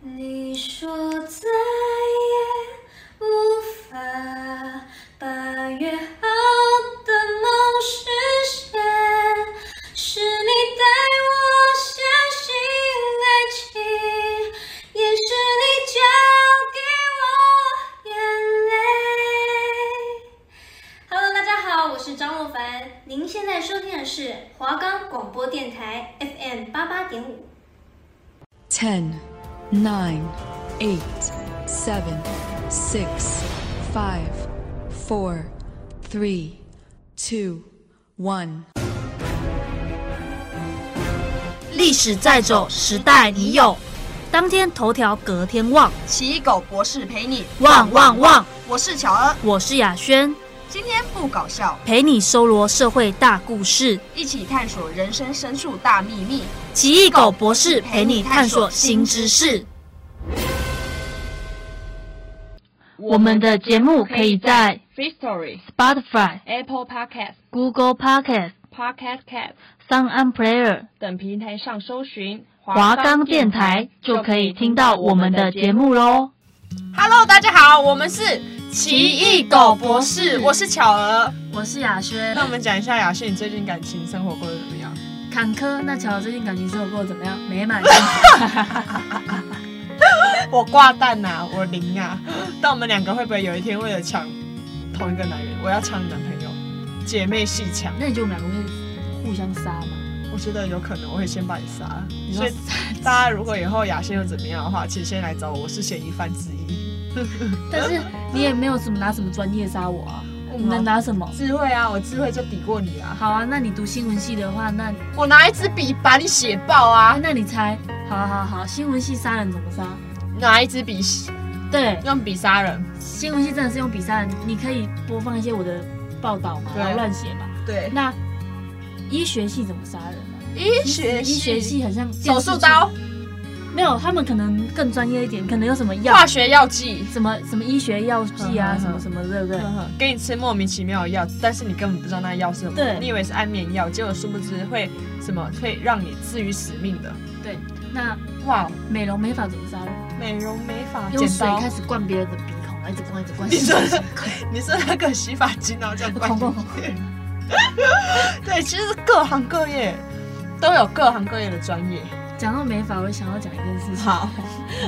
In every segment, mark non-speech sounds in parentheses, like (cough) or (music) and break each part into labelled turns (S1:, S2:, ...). S1: 你说再也无法把约好的梦实现，是你带我相信爱情，也是你教给我眼泪。Hello，大家好，我是张若凡。您现在收听的是华冈广播电台 FM 八八点五。
S2: Ten, nine, eight, seven, six, five, four, three, two, one.
S3: 历史在走，时代你有。当天头条，隔天望。
S4: 奇异狗博士陪你
S3: 旺旺旺！
S4: 我是巧儿，
S3: 我是雅轩，
S4: 今天不搞笑，
S3: 陪你搜罗社会大故事。
S4: 一起探索人生深处大秘密。
S3: 奇异狗博士陪你探索新知识。我们的节目可以在
S4: Free Story、
S3: Spotify、
S4: Apple Podcast、
S3: Google Podcast、
S4: Podcast Cat
S3: Sound On Player、
S4: 等平台上搜寻
S3: 华冈电台就可以听到我们的节。目喽。
S4: Hello，大家好，我们是奇
S3: 异狗博士
S4: 我是巧儿。
S3: 我是雅轩
S4: 那我们讲一下雅轩，你最近感情生活过得怎么样？
S3: 坎坷。那乔最近感情生活过得怎么样？美 (laughs) 满。
S4: (laughs) 我挂蛋呐、我零啊。 (gasps) 但我们两个会不会有一天为了抢同一个男人，我要抢你男朋友，姐妹戏抢？
S3: 那你觉得我们两个会互相杀吗？
S4: 我觉得有可能我会先把你杀了，
S3: 你
S4: 所
S3: 说
S4: 以 (laughs) 大家如果以后雅轩又怎么样的话，请先来找我，我是嫌疑犯之一。
S3: 但是你也没有什么拿什么专业杀我啊，你能拿什么？
S4: 智慧啊，我智慧就抵过你啊！
S3: 好啊，那你读新闻系的话，那
S4: 我拿一支笔把你写爆
S3: 啊，
S4: 啊！
S3: 那你猜？好好好，新闻系杀人怎么杀？
S4: 拿一支笔
S3: 对，
S4: 用笔杀人，
S3: 新闻系真的是用笔杀人。你可以播放一些我的报道嘛，
S4: 对啊
S3: 然后乱写嘛。
S4: 对，
S3: 那医学系怎么杀人呢、
S4: 医
S3: 医学系很像电
S4: 手
S3: 视
S4: 术
S3: 剧
S4: 刀、
S3: 没有，他们可能更专业一点，可能有什么药
S4: 化，学药剂，
S3: 什么什么医学药剂啊，
S4: 嗯嗯嗯
S3: 什么什么，对不对？
S4: 给你吃莫名其妙的药，但是你根本不知道那药是什么
S3: 对，
S4: 你以为是安眠药，结果殊不知会什么会让你置于死命的。
S3: 对，那
S4: 哇，
S3: 美容美发怎么杀人？
S4: 美容美发
S3: 用
S4: 剪
S3: 水
S4: 刀
S3: 开。始灌别人的鼻孔，一直灌，一直灌。
S4: 你说的，你说那个洗发精哦然后这样灌进 (laughs) 去。对，其实各行各业都有各行各业的专业。
S3: 讲到美发，我想要讲一件事情。
S4: 好，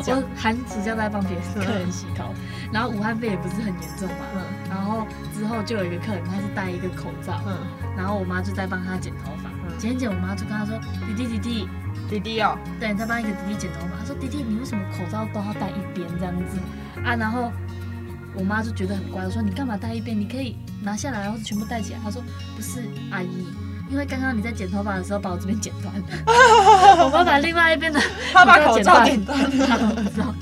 S4: 讲
S3: 我寒暑假在帮别人客人洗头，然后武汉肺炎不是很严重嘛，
S4: 嗯
S3: 然后之后就有一个客人，他是戴一个口罩，
S4: 嗯，
S3: 然后我妈就在帮他剪头发，
S4: 嗯
S3: 剪一剪，我妈就跟他说：“弟弟弟弟，
S4: 弟弟哦，
S3: 对，在帮一个弟弟剪头发。”他说：“弟弟，你为什么口罩都要戴一边这样子啊？”然后我妈就觉得很乖，我说：“你干嘛戴一边？你可以拿下来，然后全部戴起来。”她说：“不是，阿姨。”因为刚刚你在剪头发的时候把我这边剪断了，我妈把另外一边的
S4: (laughs) 他把口罩点断
S3: (laughs) 她
S4: 了。
S3: 都不知道。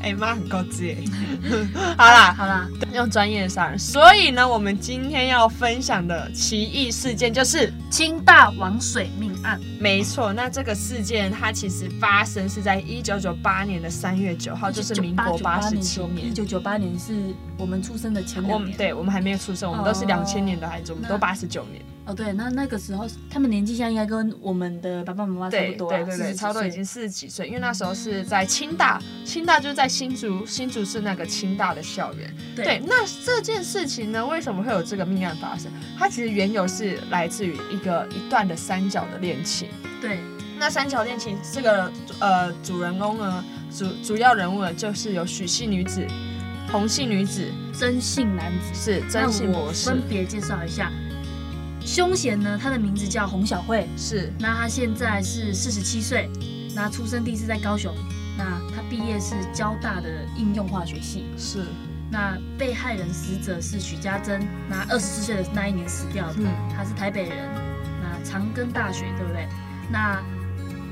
S4: 哎妈，很高级耶。 (laughs) 好啦，
S3: 好啦，
S4: 用专业的杀人。所以呢，我们今天要分享的奇异事件就是
S3: 清大王水命案，
S4: 没错，那这个事件它其实发生是在一九九八年的三月九号，哦就是民国八十七年
S3: 一。九九八年是我们出生的前
S4: 我
S3: 两
S4: 们
S3: 年。
S4: 对我们还没有出生，我们都是
S3: 哦
S4: 两千年的孩子，我们都
S3: 那
S4: 八十九年，
S3: 哦，对，那那个时候他们年纪现在应该跟我们的爸爸妈妈差
S4: 对
S3: 不多啊、
S4: 对对
S3: 40
S4: 对，
S3: 几
S4: 差不多已
S3: 岁
S4: 经四十几岁，因为那时候是在清大，清大就是在新竹，新竹是那个清大的校园。
S3: 对
S4: 对，那这件事情呢，为什么会有这个命案发生？它其实缘由是来自于一个一段的三角的恋情。
S3: 对
S4: 那三角恋情这个呃主人公呢，主主要人物呢就是有许姓女子、红姓女子，
S3: 真性男子。
S4: 是真姓
S3: 那我
S4: 博士，
S3: 分别介绍一下，凶嫌呢，他的名字叫洪小慧，
S4: 是
S3: 那他现在是四十七岁，那出生地是在高雄，那他毕业是交大的应用化学系。
S4: 是，
S3: 那被害人死者是许家珍，那二十四岁的那一年死掉的，
S4: 嗯
S3: 他是台北人，那长庚大学对不对？那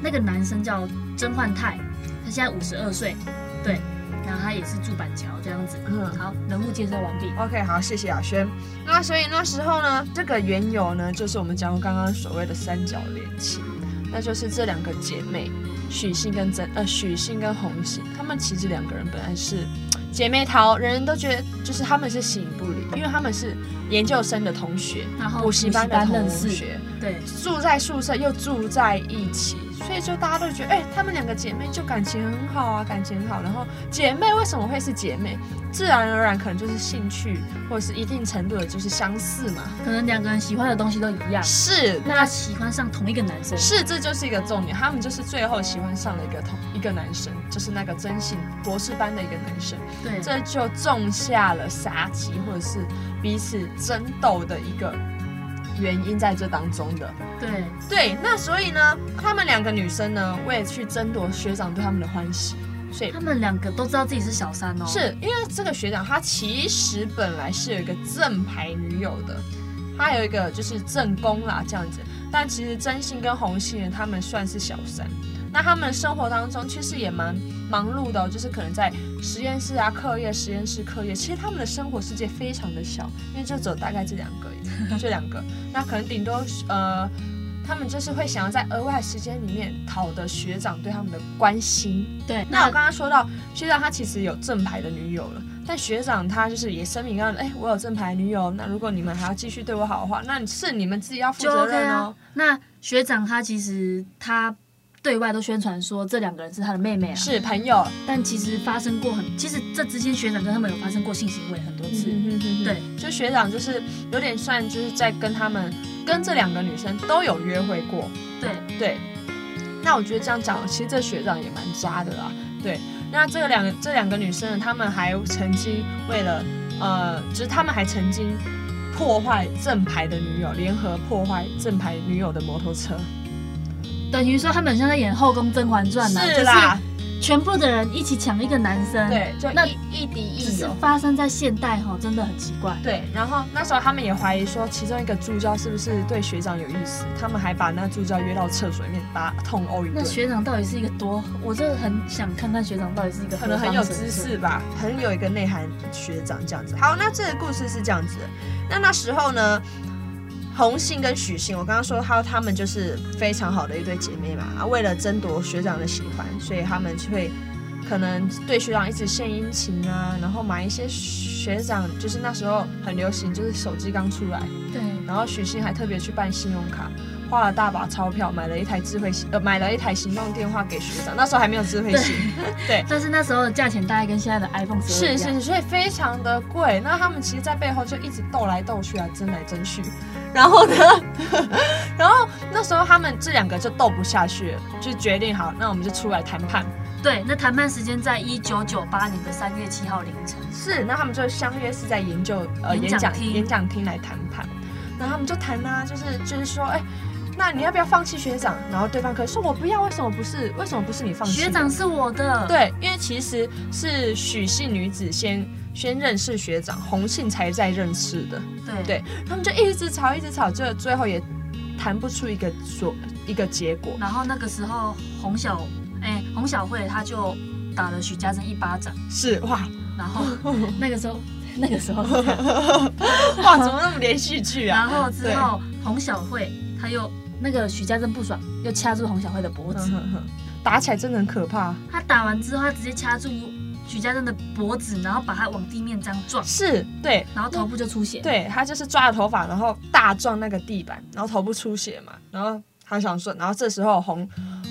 S3: 那个男生叫曾焕泰，他现在五十二岁，对，那他也是住板桥这样子。
S4: 嗯。
S3: 好，人物介绍完毕。
S4: OK，好，谢谢雅轩。那所以那时候呢，这个缘由呢，就是我们讲过刚刚所谓的三角恋情，那就是这两个姐妹许姓跟曾呃许姓跟红姓，她们其实两个人本来是姐妹淘，人人都觉得就是她们是形影不离，因为她们是研究生的同学，
S3: 然后
S4: 补习班的
S3: 补习班
S4: 同
S3: 认识
S4: 学，
S3: 对
S4: 住在宿舍又住在一起，所以就大家都觉得，哎、她们两个姐妹就感情很好啊，感情很好。然后姐妹为什么会是姐妹？自然而然可能就是兴趣或者是一定程度的就是相似嘛。
S3: 可能两个人喜欢的东西都一样，
S4: 是，
S3: 那喜欢上同一个男生，
S4: 是，这就是一个重点。他们就是最后喜欢上了一个同一个男生，就是那个真性博士班的一个男生，
S3: 对，
S4: 这就种下了杀机或者是彼此争斗的一个原因在这当中的。
S3: 对，
S4: 对，那所以呢，她们两个女生呢，为了去争夺学长对她们的欢喜，所以
S3: 他们两个都知道自己是小三哦，，
S4: 是因为这个学长他其实本来是有一个正牌女友的，他有一个就是正宫啦这样子，但其实真心跟红杏人他们算是小三。那他们生活当中其实也蛮忙碌的哦、就是可能在实验室啊、课业、实验室课业，其实他们的生活世界非常的小，因为就只有大概这两个而已，这两个。那可能顶多呃，他们就是会想要在额外时间里面讨得学长对他们的关心，
S3: 对，
S4: 那我刚刚说到学长他其实有正牌的女友了，但学长他就是也声明让，哎，我有正牌女友，那如果你们还要继续对我好的话，那是你们自己要负
S3: 就
S4: 责
S3: OK
S4: 任
S3: 啊
S4: 哦。。
S3: 那学长他其实他对外都宣传说这两个人是他的妹妹啊，
S4: 是朋友，
S3: 但其实发生过很，其实这之间学长跟他们有发生过性行为很多次，
S4: 嗯
S3: 嗯
S4: 对，就学长就是有点算就是在跟他们跟这两个女生都有约会过，
S3: 对，
S4: 对，那我觉得这样讲，其实这学长也蛮渣的啦。对，那这两个这两个女生呢，她们还曾经为了呃，就是她们还曾经破坏正牌的女友，联合破坏正牌女友的摩托车。
S3: 等于说他们很像在演《后宫甄嬛传》呐，
S4: 是啦，
S3: 啊就是全部的人一起抢一个男生，
S4: 对，就
S3: 那
S4: 一一敌
S3: 只
S4: 一哦
S3: 是
S4: 友。
S3: 发生在现代哈，真的很奇怪。
S4: 对，然后那时候他们也怀疑说，其中一个助教是不是对学长有意思，他们还把那助教约到厕所里面打痛殴一
S3: 那
S4: 顿。
S3: 学长到底是一个多？我真的很想看看学长到底是一个
S4: 可能很有
S3: 何方神
S4: 知
S3: 圣
S4: 识吧，很有一个内涵学长这样子。好，那这个故事是这样子的，那那时候呢，红杏跟许杏，我刚刚说她她们就是非常好的一对姐妹嘛，啊，为了争夺学长的喜欢，所以她们就会可能对学长一直献殷勤啊，然后买一些学长就是那时候很流行，就是手机刚出来，
S3: 对，
S4: 然后许昕还特别去办信用卡，花了大把钞票买了一台智慧型呃买了一台行动电话给学长，那时候还没有智慧型，对。
S3: 但是那时候的价钱大概跟现在的 iPhone 十二一
S4: 是
S3: 样。
S4: 是，所以非常的贵。那他们其实，在背后就一直斗来斗去啊，争来争去。然后呢， (laughs) 然后那时候他们这两个就斗不下去了，就决定好，那我们就出来谈判。
S3: 对，那谈判时间在一九九八年的三月七号凌晨。
S4: 是，那他们就相约是在研究呃
S3: 演
S4: 演
S3: 讲
S4: 讲
S3: 厅
S4: 演讲厅来谈判。然后他们就谈啊，就是就是说，哎、那你要不要放弃学长？然后对方可以说我不要，为什么不是？为什么不是你放弃？
S3: 学长是我的，，
S4: 对，因为其实是许姓女子先先认识学长，红杏才在认识的。
S3: 对
S4: 对他们就一直吵，一直吵，就最后也谈不出一个所一个结果。
S3: 然后那个时候洪小，哎、洪小慧她就打了许家珍一巴掌，
S4: 是 (laughs) 哇
S3: 然后 (laughs) 那个时候，那个时候是这样，
S4: 哇，怎么那么连续剧
S3: (laughs) 然
S4: 啊？
S3: 后之后洪小慧她又那个许家珍不爽，又掐住洪小慧的脖
S4: 嗯
S3: 子，
S4: 哼哼打起来真的很可怕。
S3: 她打完之后，她直接掐住许家珍的脖子，然后把她往地面这样撞，
S4: 是，对
S3: 然后头部就出血，
S4: 对，他就是抓着头发，然后大撞那个地板，然后头部出血嘛，然后他想说，然后这时候洪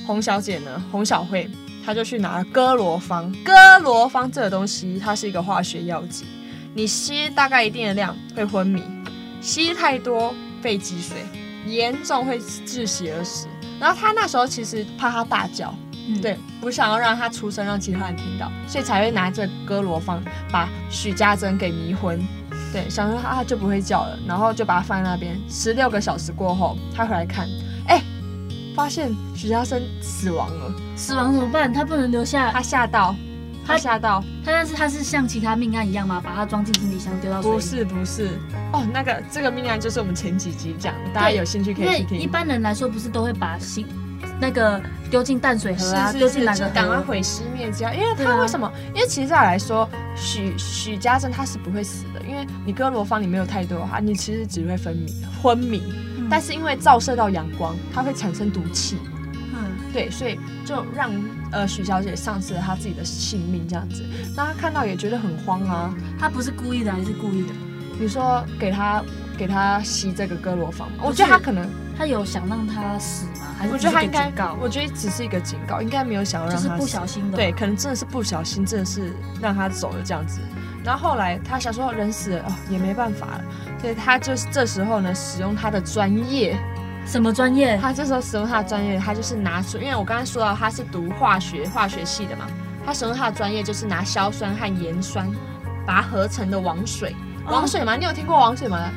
S4: 洪小姐呢，洪小慧，她就去拿了哥罗芳。哥罗芳这个东西，它是一个化学药剂，你吸大概一定的量会昏迷，吸太多肺积水，严重会窒息而死。然后她那时候其实怕她大叫，
S3: 嗯
S4: 对，不想要让她出声，让其他人听到，所以才会拿着哥罗芳把许家珍给迷昏。对，想说啊她就不会叫了，然后就把她放在那边。十六个小时过后，她回来看，哎、发现许家珍死亡了，
S3: 死亡怎么办？她不能留下，
S4: 她吓到，她
S3: 她
S4: 吓到，
S3: 她但是她是像其他命案一样吗？把她装进行李箱丢到水里？
S4: 不，是不是，哦，那个这个命案就是我们前几集讲的，大家
S3: 对
S4: 有兴趣可
S3: 因
S4: 以去
S3: 为
S4: 听。
S3: 一般人来说不是都会把行那个丢进淡水河啊，
S4: 是
S3: 丢
S4: 是
S3: 进
S4: 是，
S3: 哪
S4: 就
S3: 个
S4: 赶快
S3: 河？
S4: 毁尸灭迹啊！因为
S3: 对
S4: 他
S3: 啊
S4: 为什么？因为其实照理来说，许许家珍他是不会死的，因为你哥罗芳你没有太多的话，你其实只会昏迷昏迷。
S3: 嗯
S4: 但是因为照射到阳光，它会产生毒气，
S3: 嗯，
S4: 对，所以就让呃许小姐丧失了她自己的性命这样子。那她看到也觉得很慌啊。
S3: 他不是故意的还是故意的？
S4: 你说给她给她吸这个哥罗芳吗，我
S3: 不
S4: 觉得她
S3: 是
S4: 可能
S3: 他他有想让他死吗？还是
S4: 我觉得他
S3: 只
S4: 应
S3: 是个
S4: 该
S3: 警告，？
S4: 我觉得只是一个警告，应该没有想要
S3: 就
S4: 让
S3: 是
S4: 他
S3: 不
S4: 死
S3: 小心的。
S4: 对，，可能真的是不小心，真的是让他走了这样子。然后后来他想说人死了、哦、也没办法了，所以他就是这时候呢，使用他的专业，
S3: 什么专业？
S4: 他这时候使用他的专业，他就是拿出，因为我刚才说到他是读化学化学系的嘛，他使用他的专业就是拿硝酸和盐酸把它合成的王水，
S3: 哦
S4: 王水吗？你有听过王水吗？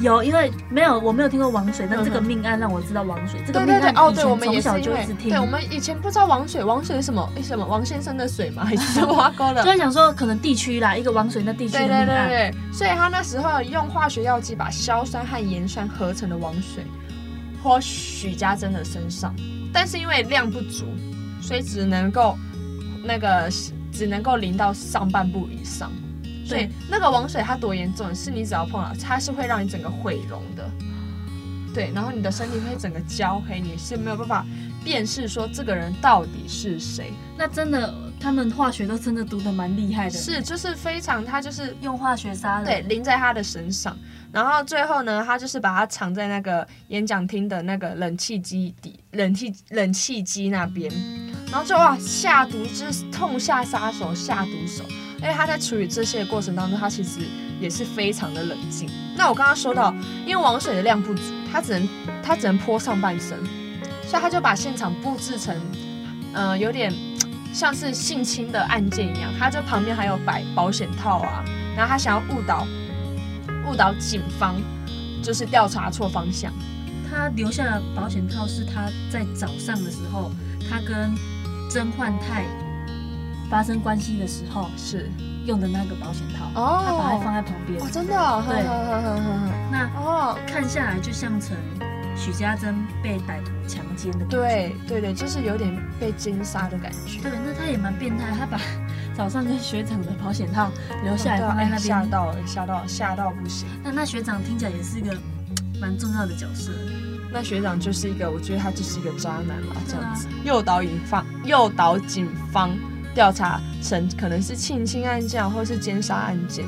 S3: 有，因为没有，我没有听过王水，但这个
S4: 嗯哼
S3: 命案让我知道王水。这个
S4: 对
S3: 命
S4: 对对
S3: 案，
S4: 哦，
S3: 以
S4: 对，我
S3: 前
S4: 们也
S3: 从
S4: 是
S3: 小
S4: 因
S3: 就一
S4: 为
S3: 直，听
S4: 对，我们以前不知道王水，王水是什么？诶什么王先生的水吗？还是什么阿
S3: (laughs)
S4: 哥的
S3: 就？在想说可能地区啦，一个王水那地区的
S4: 对
S3: 命
S4: 对
S3: 案。
S4: 对对，所以他那时候用化学药剂把硝酸和盐酸合成的王水泼许家珍的身上，但是因为量不足，所以只能够那个只能够淋到上半部以上。所以
S3: 对
S4: 那个王水它多严重，是你只要碰到它是会让你整个毁容的。对，然后你的身体会整个焦黑，你是没有办法辨识说这个人到底是谁。
S3: 那真的，他们化学都真的读的蛮厉害的，
S4: 是，就是非常，他就是
S3: 用化学杀人。
S4: 对，，淋在他的身上。然后最后呢，他就是把它藏在那个演讲厅的那个冷气机底、冷气冷气机那边。然后就哇，下毒就是痛下杀手，下毒手。因为他在处理这些的过程当中，他其实也是非常的冷静。那我刚刚说到，因为王水的量不足，他只能他只能泼上半身，所以他就把现场布置成，呃，有点像是性侵的案件一样。他就旁边还有摆保险套啊，然后他想要误导误导警方，就是调查错方向。
S3: 他留下的保险套是他在早上的时候，他跟曾焕泰发生关系的时候
S4: 是
S3: 用的那个保险套，
S4: 哦
S3: 他把它放在旁边
S4: 哦，。真的、哦，
S3: 对
S4: 呵呵呵呵呵
S3: 那
S4: 哦，
S3: 看下来就像成许家珍被歹徒强奸的感觉。
S4: 对对对，就是有点被奸杀的感觉。
S3: 对，那他也蛮变态，他把早上跟学长的保险套留下来
S4: 对
S3: 放在
S4: 哎
S3: 那
S4: 吓
S3: 边。
S4: 到了，吓到吓到不行。
S3: 那那学长听起来也是一个蛮重要的角色。
S4: 那学长就是一个，我觉得他就是一个渣男啦，这
S3: 对啊
S4: 样子诱导警方诱导警方调查成可能是性侵案件啊或是奸杀案件，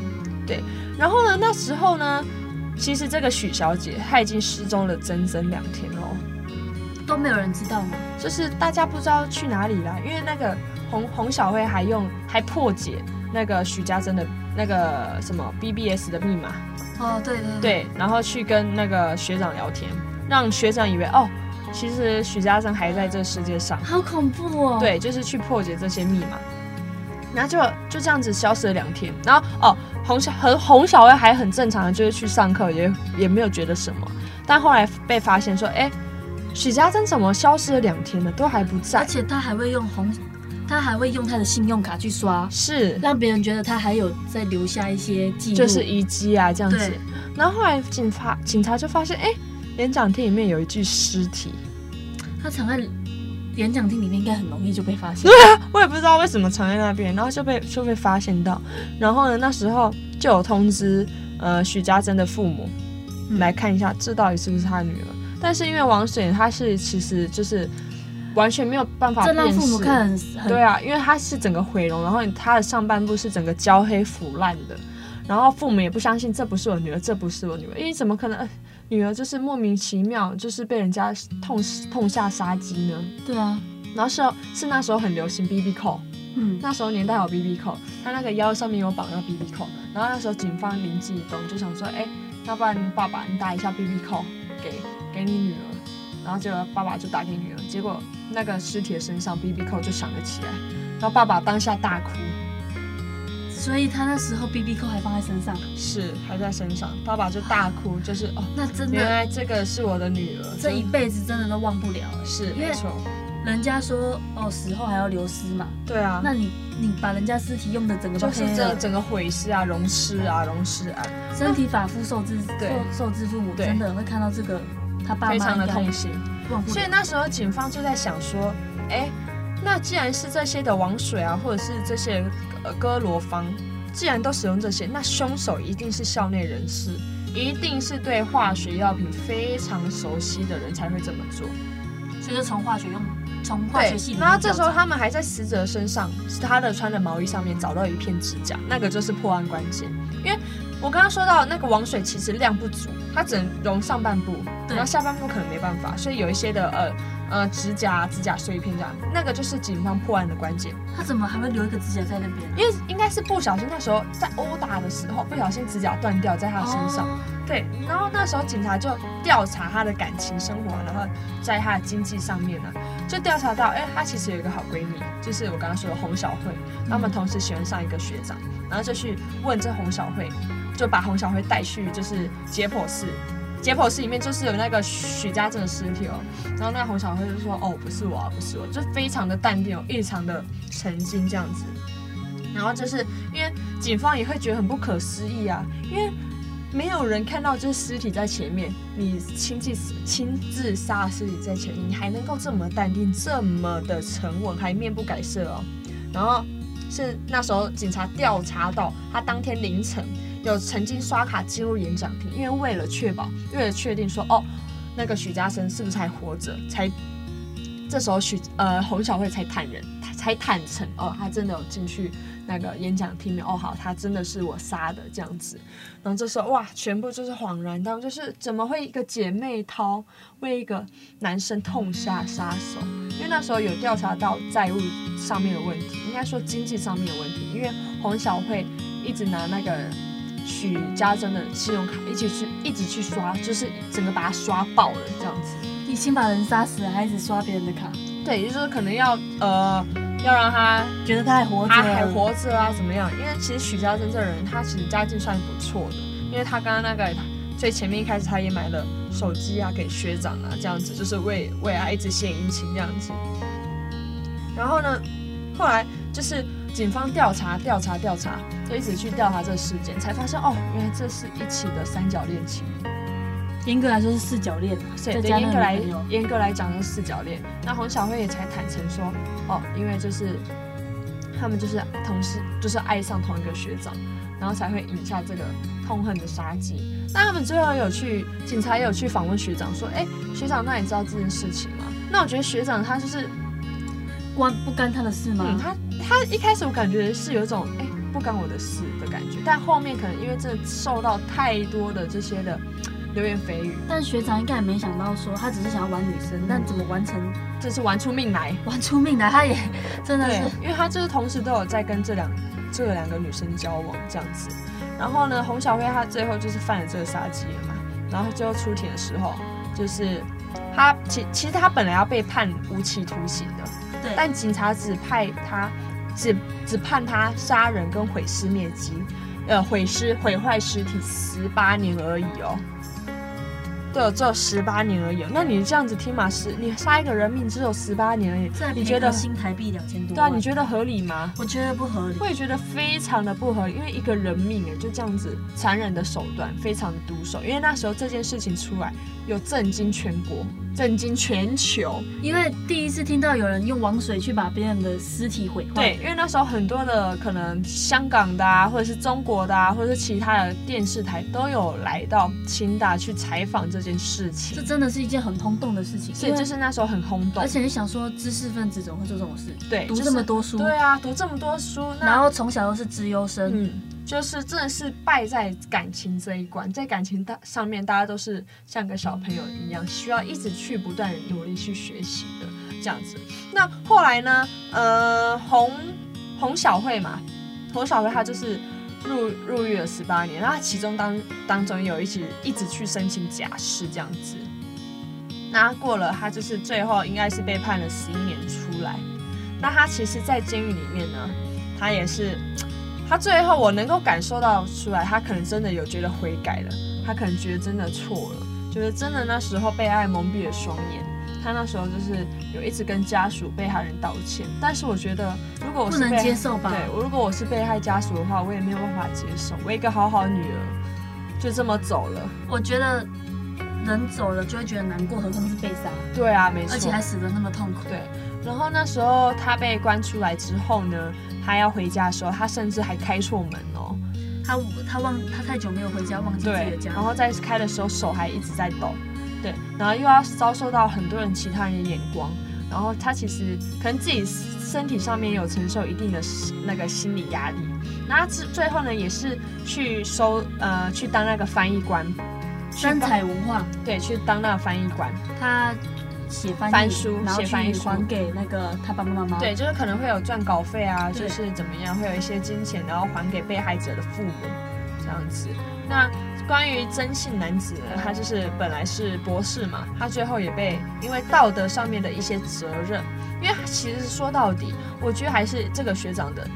S4: 对。然后呢，那时候呢，其实这个许小姐她已经失踪了整整两天喽。
S3: 都没有人知道吗？
S4: 就是大家不知道去哪里啦，因为那个洪洪小慧还用还破解那个许家珍的那个什么 BBS 的密码，
S3: 哦，对对
S4: 对，然后去跟那个学长聊天，让学长以为哦，其实许家珍还在这世界上，
S3: 好恐怖哦！，
S4: 对，就是去破解这些密码，然后就就这样子消失了两天，然后哦，洪小和洪小薇还很正常的，就是去上课，也也没有觉得什么，但后来被发现说，哎，许家珍怎么消失了两天了，都还不
S3: 而
S4: 在。
S3: 且他还会用红，他还会用他的信用卡去刷，
S4: 是，
S3: 让别人觉得他还有在留下一些记录。
S4: 就是遗迹啊这样子
S3: 对。
S4: 然后后来警察警察就发现，哎、演讲厅里面有一具尸体，
S3: 他藏在演讲厅里面，应该很容易就被发现。
S4: 我也不知道为什么藏在那边，然后就被就被发现到。然后呢，那时候就有通知呃许家珍的父母、
S3: 嗯
S4: 来看一下，这到底是不是他女儿。但是因为王水她是其实就是完全没有办法
S3: 这
S4: 辨识，
S3: 让父母看很很
S4: 啊对啊，因为它是整个毁容，然后它的上半部是整个焦黑腐烂的，然后父母也不相信这不是我女儿，这不是我女儿，因为怎么可能、呃女儿就是莫名其妙就是被人家痛痛下杀机呢？
S3: 对啊，
S4: 然后是是那时候很流行 BB 扣，
S3: 嗯，
S4: 那时候年代有 BB 扣，他那个腰上面有绑那个 BB 扣，然后那时候警方灵机一动，就想说，哎、要不然爸爸你打一下 BB 扣给给你女儿，然后结果爸爸就打给女儿，结果那个尸体的身上 BB 扣就响了起来，然后爸爸当下大哭，嗯
S3: 所以他那时候 BB 扣还放在身上，
S4: 是还在身上，爸爸就大哭，就是哦，
S3: 那真
S4: 原
S3: 的
S4: 来这个是我的女儿，
S3: 这一
S4: 就
S3: 辈子真的都忘不了。哎
S4: 是
S3: 因为
S4: 没错，
S3: 人家说哦，死后还要留尸嘛，
S4: 对啊，
S3: 那你你把人家尸体用的整个都
S4: 就是
S3: 黑
S4: 这
S3: 了，
S4: 整个毁尸啊、溶尸啊、溶尸案、
S3: 身体发肤受之
S4: 对
S3: 受受之父母，
S4: 对
S3: 真的会看到这个，他爸妈
S4: 非常的
S3: 应该
S4: 痛心。
S3: 忘不
S4: 所以
S3: 了。
S4: 那时候警方就在想说，哎，那既然是这些的王水啊，或者是这些呃哥罗芳，既然都使用这些，那凶手一定是校内人士，一定是对化学药品非常熟悉的人才会这么做。
S3: 所以就从化学用，从化
S4: 对
S3: 学系，里面
S4: 然后这时候
S3: 调查
S4: 他们还在死者身上，是他的穿的毛衣上面找到一片指甲，那个就是破案关键，因为我刚刚说到那个网水其实量不足，它只能溶上半部，
S3: 对
S4: 然后下半部可能没办法，所以有一些的呃呃指甲指甲碎片这样，那个就是警方破案的关键，
S3: 他怎么还会留一个指甲在那边啊？
S4: 因为应该是不小心那时候在殴打的时候不小心指甲断掉在他身上，
S3: 哦
S4: 对，然后那时候警察就调查他的感情生活，然后在他的经济上面呢、就调查到，哎、她其实有一个好闺蜜，就是我刚刚说的洪小慧，她们同时喜欢上一个学长，然后就去问这洪小慧，就把洪小慧带去就是解剖室，解剖室里面就是有那个许家正的尸体哦，然后那洪小慧就说，哦，不是我、啊，不是我，就非常的淡定哦，异常的沉静这样子，然后就是因为警方也会觉得很不可思议啊，因为没有人看到就是尸体在前面，你亲自亲自杀尸体在前面，你还能够这么淡定，这么的沉稳，还面不改色哦。然后是那时候警察调查到，他当天凌晨有曾经刷卡进入演讲厅，因为为了确保，为了确定说哦，那个许家生是不是还活着，才这时候许呃洪小慧才坦然，才坦诚哦，他真的有进去那个演讲厅里面哦，好，他真的是我杀的这样子。然后这时候哇，全部就是恍然大悟，就是怎么会一个姐妹淘为一个男生痛下杀手？因为那时候有调查到债务上面的问题，应该说经济上面的问题，因为洪小慧一直拿那个许家珍的信用卡一起去一直去刷，就是整个把他刷爆了这样子。
S3: 你先把人杀死，还一直刷别人的卡，
S4: 对，也就是可能要呃要让他
S3: 觉得他还活着，
S4: 他还活着啊，怎么样？因为其实许家珍这个人，他其实家境算不错的，因为他刚刚那个最前面一开始他也买了手机啊给学长啊，这样子就是为为爱一直献殷勤这样子。然后呢，后来就是警方调查调查调查，就一直去调查这个事件，才发现哦，原来这是一起的三角恋情。
S3: 严格来说是四角恋啊，
S4: 所以
S3: 再
S4: 对
S3: 加
S4: 严
S3: 那
S4: 格
S3: 个
S4: 来
S3: 女朋友
S4: 严格来讲是四角恋。那洪小慧也才坦诚说，哦，因为就是他们就是同时就是爱上同一个学长，然后才会引下这个痛恨的杀机。那他们最后有去警察也有去访问学长说，哎，学长，那你知道这件事情吗？那我觉得学长他就是，
S3: 关不干他的事吗？
S4: 嗯，他他一开始我感觉是有一种哎不干我的事的感觉，但后面可能因为这受到太多的这些的流言蜚语，
S3: 但学长应该也没想到说他只是想要玩女
S4: 嗯
S3: 生，但怎么玩成
S4: 这是玩出命来。
S3: 玩出命来，他也真的
S4: 对
S3: 是，
S4: 因为他就是同时都有在跟这两这两个女生交往这样子。然后呢，洪小慧她最后就是犯了这个杀机了嘛。然后最后出庭的时候，就是她其其实她本来要被判无期徒刑的，
S3: 对
S4: 但警察只派她只只判她杀人跟毁尸灭迹，呃，毁尸毁坏尸体十八年而已哦。对哦，只有十八年而已哦。那你这样子听嘛，是你杀一个人命只有十八年而已
S3: 这，
S4: 你觉得
S3: 新台币两千多
S4: 对啊，你觉得合理吗？
S3: 得我觉得不合理。
S4: 我也觉得非常的不合理，因为一个人命哎，就这样子残忍的手段，非常的毒手。因为那时候这件事情出来，有震惊全国，震惊全球。
S3: 因为第一次听到有人用王水去把别人的尸体毁坏，
S4: 对，因为那时候很多的可能香港的啊，或者是中国的啊，或者是其他的电视台都有来到清大去采访这件事
S3: 这
S4: 情，
S3: 真的是一件很轰动的事情。
S4: 所以
S3: 因为
S4: 就是那时候很轰动
S3: 而。且你想说，知识分子怎么会做这种事？
S4: 对，
S3: 读
S4: 就是
S3: 这么多书，
S4: 对啊，读这么多书，那
S3: 然后从小又是资优生，
S4: 嗯，就是真的是败在感情这一关，在感情大上面，大家都是像个小朋友一样，需要一直去不断地努力去学习的这样子。那后来呢？呃，洪洪小慧嘛，洪小慧她就是入入狱了十八年，然后她其中当当中有一起一直去申请假释这样子。那过了，她就是最后应该是被判了十一年出来。那她其实，在监狱里面呢，她也是他最后我能够感受到出来，他可能真的有觉得悔改了，他可能觉得真的错了，觉得真的那时候被爱蒙蔽了双眼。他那时候就是有一直跟家属、被害人道歉，但是我觉得如果我
S3: 不
S4: 是
S3: 能
S4: 被
S3: 接受吧？
S4: 对我如果我是被害家属的话，我也没有办法接受，我一个好好的女儿就这么走了。
S3: 我觉得人走了就会觉得难过，何况是被杀，
S4: 对啊，没错，
S3: 而且还死的那么痛苦。
S4: 对，然后那时候他被关出来之后呢，他要回家的时候，他甚至还开错门哦、
S3: 他他忘他太久没有回家，忘记自己的
S4: 对，
S3: 家
S4: 然。后在开的时候手还一直在抖，对，然后又要遭受到很多人其他人的眼光，然后他其实可能自己身体上面有承受一定的那个心理压力，那最最后呢，也是去收呃去当那个翻译官，去
S3: 三
S4: 帮
S3: 彩文化，
S4: 对，去当那个翻译官，
S3: 他写翻译
S4: 翻书
S3: 然后
S4: 写翻译
S3: 去
S4: 书
S3: 还给那个他爸爸妈妈。
S4: 对，就是可能会有赚稿费啊，就
S3: 对
S4: 是怎么样，会有一些金钱，然后还给被害者的父母这样子。那关于真姓男子呢，他就是本来是博士嘛，他最后也被因为道德上面的一些责任，因为其实说到底，我觉得还是这个学长的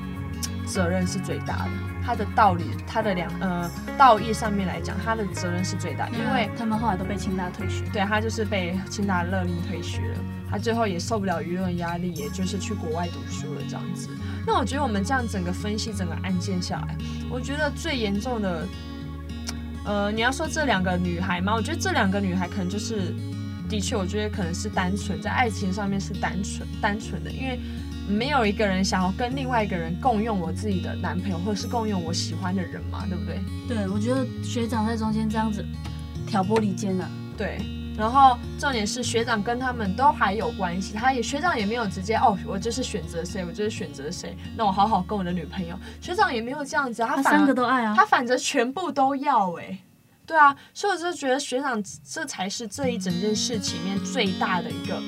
S4: 责任是最大的，他的道理，他的良呃道义上面来讲，他的责任是最大，因为
S3: 他们后来都被清大退学。
S4: 对他就是被清大勒令退学了，他最后也受不了舆论压力，也就是去国外读书了这样子。那我觉得我们这样整个分析整个案件下来，我觉得最严重的，呃，你要说这两个女孩吗？我觉得这两个女孩可能就是，的确，我觉得可能是单纯，在爱情上面是单纯单纯的，因为。没有一个人想要跟另外一个人共用我自己的男朋友，或者是共用我喜欢的人嘛，对不对？
S3: 对，我觉得学长在中间这样子挑拨离间了。
S4: 对，然后重点是学长跟他们都还有关系，他也学长也没有直接哦，我就是选择谁，我就是选择谁，那我好好跟我的女朋友。学长也没有这样子啊，
S3: 他
S4: 反而
S3: 三个都爱啊，
S4: 他反正全部都要哎、对啊，所以我就觉得学长这才是这一整件事情里面最大的一个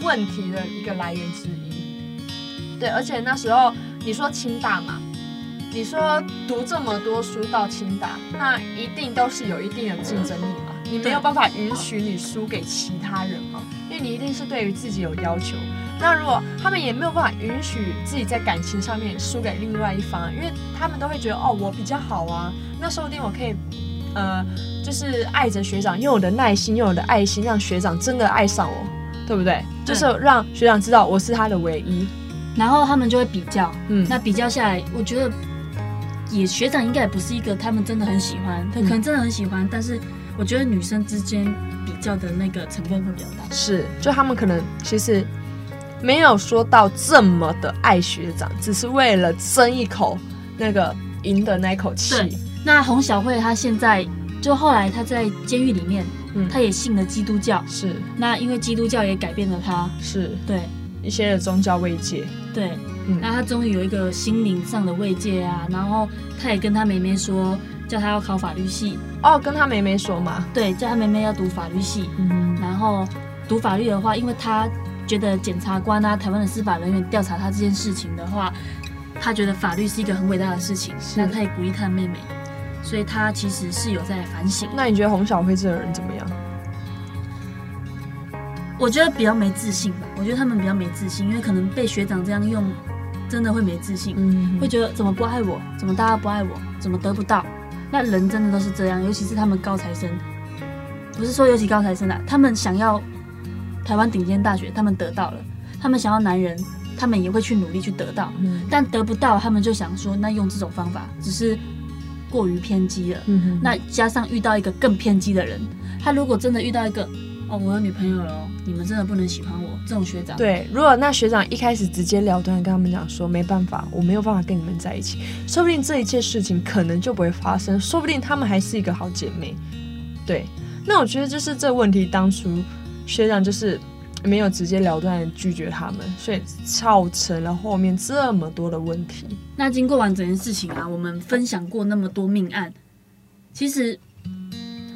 S4: 嘖问题的一个来源之一。对，而且那时候你说清大嘛，你说读这么多书到清大，那一定都是有一定的竞争力嘛，你没有办法允许你输给其他人嘛，因为你一定是对于自己有要求。那如果他们也没有办法允许自己在感情上面输给另外一方，因为他们都会觉得哦，我比较好啊，那说不定我可以，呃，就是爱着学长，用我的耐心，用我的爱心，让学长真的爱上我，对不对？
S3: 对
S4: 就是让学长知道我是他的唯一。
S3: 然后他们就会比较。
S4: 嗯，
S3: 那比较下来，我觉得也学长应该也不是一个他们真的很喜欢，他
S4: 嗯
S3: 可能真的很喜欢，但是我觉得女生之间比较的那个成分会比较大。
S4: 是，就他们可能其实没有说到这么的爱学长，只是为了争一口那个赢的那一口气。
S3: 对那洪小慧她现在就后来她在监狱里面，
S4: 嗯
S3: 她也信了基督教。
S4: 是
S3: 那因为基督教也改变了她，
S4: 是
S3: 对
S4: 一些的宗教慰藉。
S3: 对，
S4: 嗯
S3: 那她终于有一个心灵上的慰藉啊。然后她也跟她妹妹说，叫她要考法律系，
S4: 哦，跟他妹妹说嘛。
S3: 对，叫她妹妹要读法律系。
S4: 嗯，
S3: 然后读法律的话，因为他觉得检察官啊、台湾的司法人员调查他这件事情的话，他觉得法律是一个很伟大的事情，
S4: 是
S3: 那他也鼓励他的妹妹，所以他其实是有在反省。
S4: 那你觉得洪小慧这个人怎么样？
S3: 我觉得比较没自信吧，我觉得他们比较没自信，因为可能被学长这样用，真的会没自信，
S4: 嗯
S3: 会觉得怎么不爱我，怎么大家不爱我，怎么得不到。那人真的都是这样，尤其是他们高材生，不是说尤其高材生啊，他们想要台湾顶尖大学，他们得到了；他们想要男人，他们也会去努力去得到，
S4: 嗯
S3: 但得不到，他们就想说，那用这种方法只是过于偏激了。
S4: 嗯
S3: 那加上遇到一个更偏激的人，他如果真的遇到一个，哦，我有女朋友了哦，你们真的不能喜欢我这种学长，
S4: 对，如果那学长一开始直截了当地跟他们讲说没办法，我没有办法跟你们在一起，说不定这一切事情可能就不会发生，说不定她们还是一个好姐妹。对，那我觉得就是这问题，当初学长就是没有直截了当的拒绝他们，所以造成了后面这么多的问题。
S3: 那经过完整件事情啊，我们分享过那么多命案，其实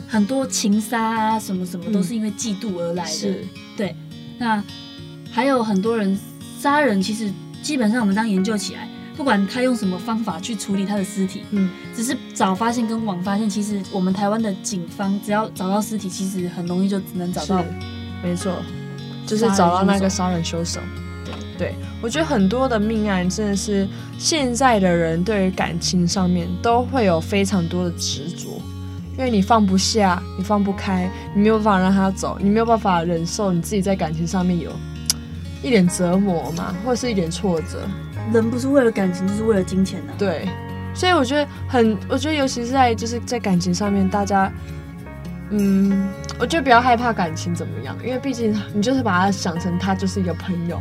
S3: 很多情杀啊，什么什么
S4: 嗯
S3: 都是因为嫉妒而来的。，那还有很多人杀人，其实基本上我们这样研究起来，不管他用什么方法去处理他的尸体，
S4: 嗯，
S3: 只是早发现跟晚发现，其实我们台湾的警方只要找到尸体，其实很容易就只能找
S4: 是
S3: 到。
S4: 没错，就是
S3: 杀人
S4: 找到那
S3: 凶
S4: 个
S3: 手
S4: 杀人凶手。对，我觉得很多的命案真的是现在的人对于感情上面都会有非常多的执着，因为你放不下，你放不开，你没有办法让他走，你没有办法忍受你自己在感情上面有一点折磨嘛，或者是一点挫折。
S3: 人不是为了感情，就是为了金钱的、啊
S4: 对，所以我觉得很，我觉得尤其是在就是在感情上面，大家，嗯，我觉得不要害怕感情怎么样，因为毕竟你就是把他想成他就是一个朋友，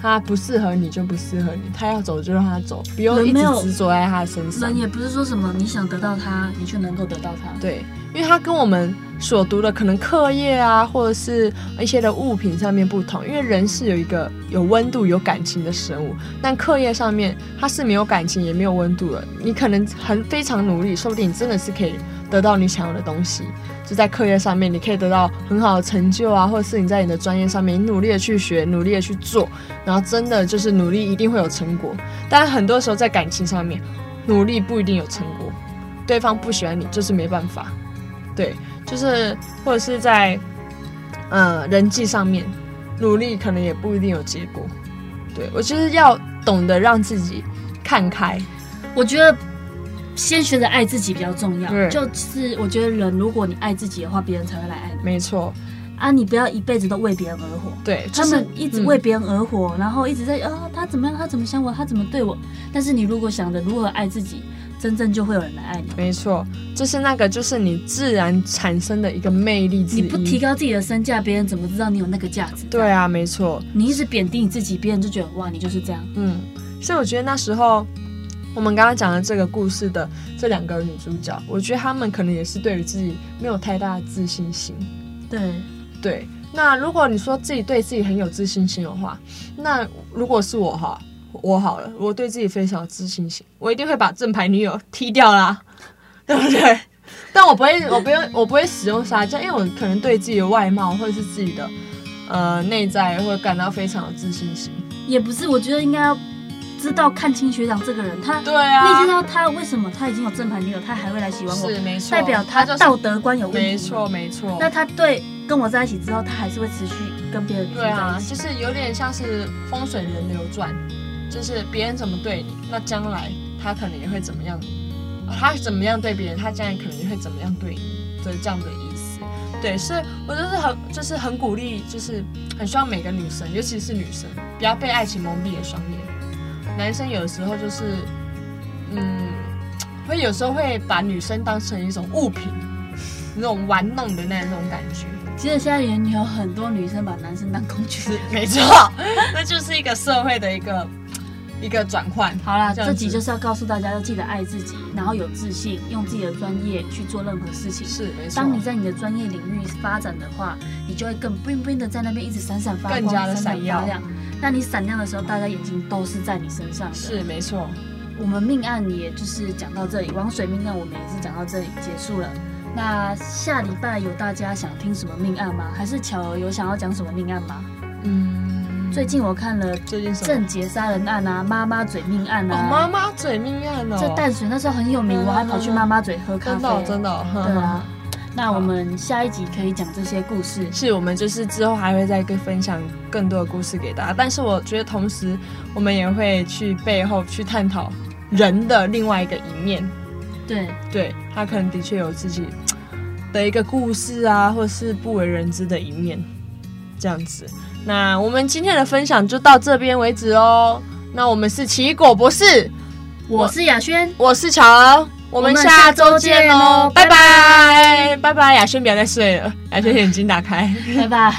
S4: 他不适合你就不适合你，他要走就让他走，不用
S3: 人
S4: 一直
S3: 没有
S4: 执着在他身上
S3: 人。也不是说什么你想得到他，你就能够得到他。
S4: 对，因为它跟我们所读的可能课业啊，或者是一些的物品上面不同，因为人是有一个有温度、有感情的生物，但课业上面它是没有感情也没有温度的。你可能很非常努力，说不定你真的是可以得到你想要的东西，就在课业上面你可以得到很好的成就啊，或者是你在你的专业上面你努力的去学，努力的去做，然后真的就是努力一定会有成果。但很多时候在感情上面，努力不一定有成果，对方不喜欢你就是没办法。对，就是或者是在呃人际上面，努力可能也不一定有结果。对我就是要懂得让自己看开，
S3: 我觉得先学着爱自己比较重要。
S4: 对
S3: 就是我觉得人，如果你爱自己的话，别人才会来爱你
S4: 没错，
S3: 啊！你不要一辈子都为别人而活。
S4: 对，就
S3: 他
S4: 是嗯
S3: 们一直为别人而活，然后一直在啊、他怎么样，他怎么想我，他怎么对我。但是你如果想着如何爱自己，真正就会有人来爱你。
S4: 没错，就是那个就是你自然产生的一个魅力之一。
S3: 你不提高自己的身价，别人怎么知道你有那个价值？
S4: 对啊，没错，
S3: 你一直贬低你自己，别人就觉得哇，你就是这样。
S4: 嗯，所以我觉得那时候我们刚刚讲的这个故事的这两个女主角，我觉得她们可能也是对于自己没有太大的自信心。
S3: 对，
S4: 对，那如果你说自己对自己很有自信心的话，那如果是我哈，我好了，我对自己非常有自信心，我一定会把正牌女友踢掉啦，
S3: (laughs)
S4: 对不对？但我不会，我不用，我不会使用撒娇，因为我可能对自己的外貌或者是自己的呃内在会感到非常有自信心。
S3: 也不是，我觉得应该要知道看清学长这个人，他
S4: 对
S3: 你已经知道
S4: 啊，
S3: 他为什么他已经有正牌女友，他还会来喜欢我，
S4: 是没错，
S3: 代表他
S4: 就是
S3: 道德观有问题。
S4: 没错，没错。
S3: 那他对跟我在一起之后，他还是会持续跟别的女生
S4: 对啊
S3: 在，一起。
S4: 就是有点像是风水轮流转，就是别人怎么对你，那将来他可能也会怎么样，啊他怎么样对别人，他将来可能也会怎么样对你，就是这样的意思。对，是我就是很就是很鼓励，就是很希望每个女生，尤其是女生，不要被爱情蒙蔽了双眼。男生有时候就是，嗯，会有时候会把女生当成一种物品，那种玩弄的那种感觉。
S3: 其实现在也有很多女生把男生当工具
S4: 是
S3: 人。
S4: (laughs) 没错，那就是一个社会的一个一个转换。
S3: 好啦，
S4: 这样
S3: 这
S4: 子
S3: 集就是要告诉大家，要记得爱自己，然后有自信，用自己的专业去做任何事情。
S4: 是没错，
S3: 当你在你的专业领域发展的话，你就会更 bling bling 的在那边一直闪闪发光，
S4: 更加的
S3: 闪
S4: 闪
S3: 闪
S4: 耀
S3: 发亮。那你闪亮的时候，大家眼睛都是在你身上的。
S4: 是没错，
S3: 我们命案也就是讲到这里，王水命案我们也是讲到这里结束了。那下礼拜有大家想听什么命案吗？还是巧儿有想要讲什么命案吗？
S4: 嗯，
S3: 最近我看了
S4: 最近什么
S3: 郑？杰杀人案啊，妈妈嘴命案
S4: 哦，妈
S3: 啊，
S4: 妈嘴命案哦，
S3: 这淡水那时候很有名，
S4: 嗯
S3: 我还跑去妈妈嘴喝咖
S4: 真
S3: 啡。
S4: 的哦真的哦，
S3: 对
S4: 哼哼
S3: 啊，那我们下一集可以讲这些故事。
S4: 是我们就是之后还会再跟分享更多的故事给大家，但是我觉得同时我们也会去背后去探讨人的另外一个一面，
S3: 对，
S4: 对他可能的确有自己的一个故事啊，或是不为人知的一面，这样子。那我们今天的分享就到这边为止哦。那我们是奇异果博士，
S3: 我是雅轩，
S4: (laughs) 我是乔儿，我们
S3: 们
S4: 下
S3: 下
S4: 周
S3: 周
S4: 见
S3: 见
S4: 喽
S3: 哦，
S4: 拜拜拜拜。雅轩不要再睡了，雅轩眼睛打开。
S3: 拜拜。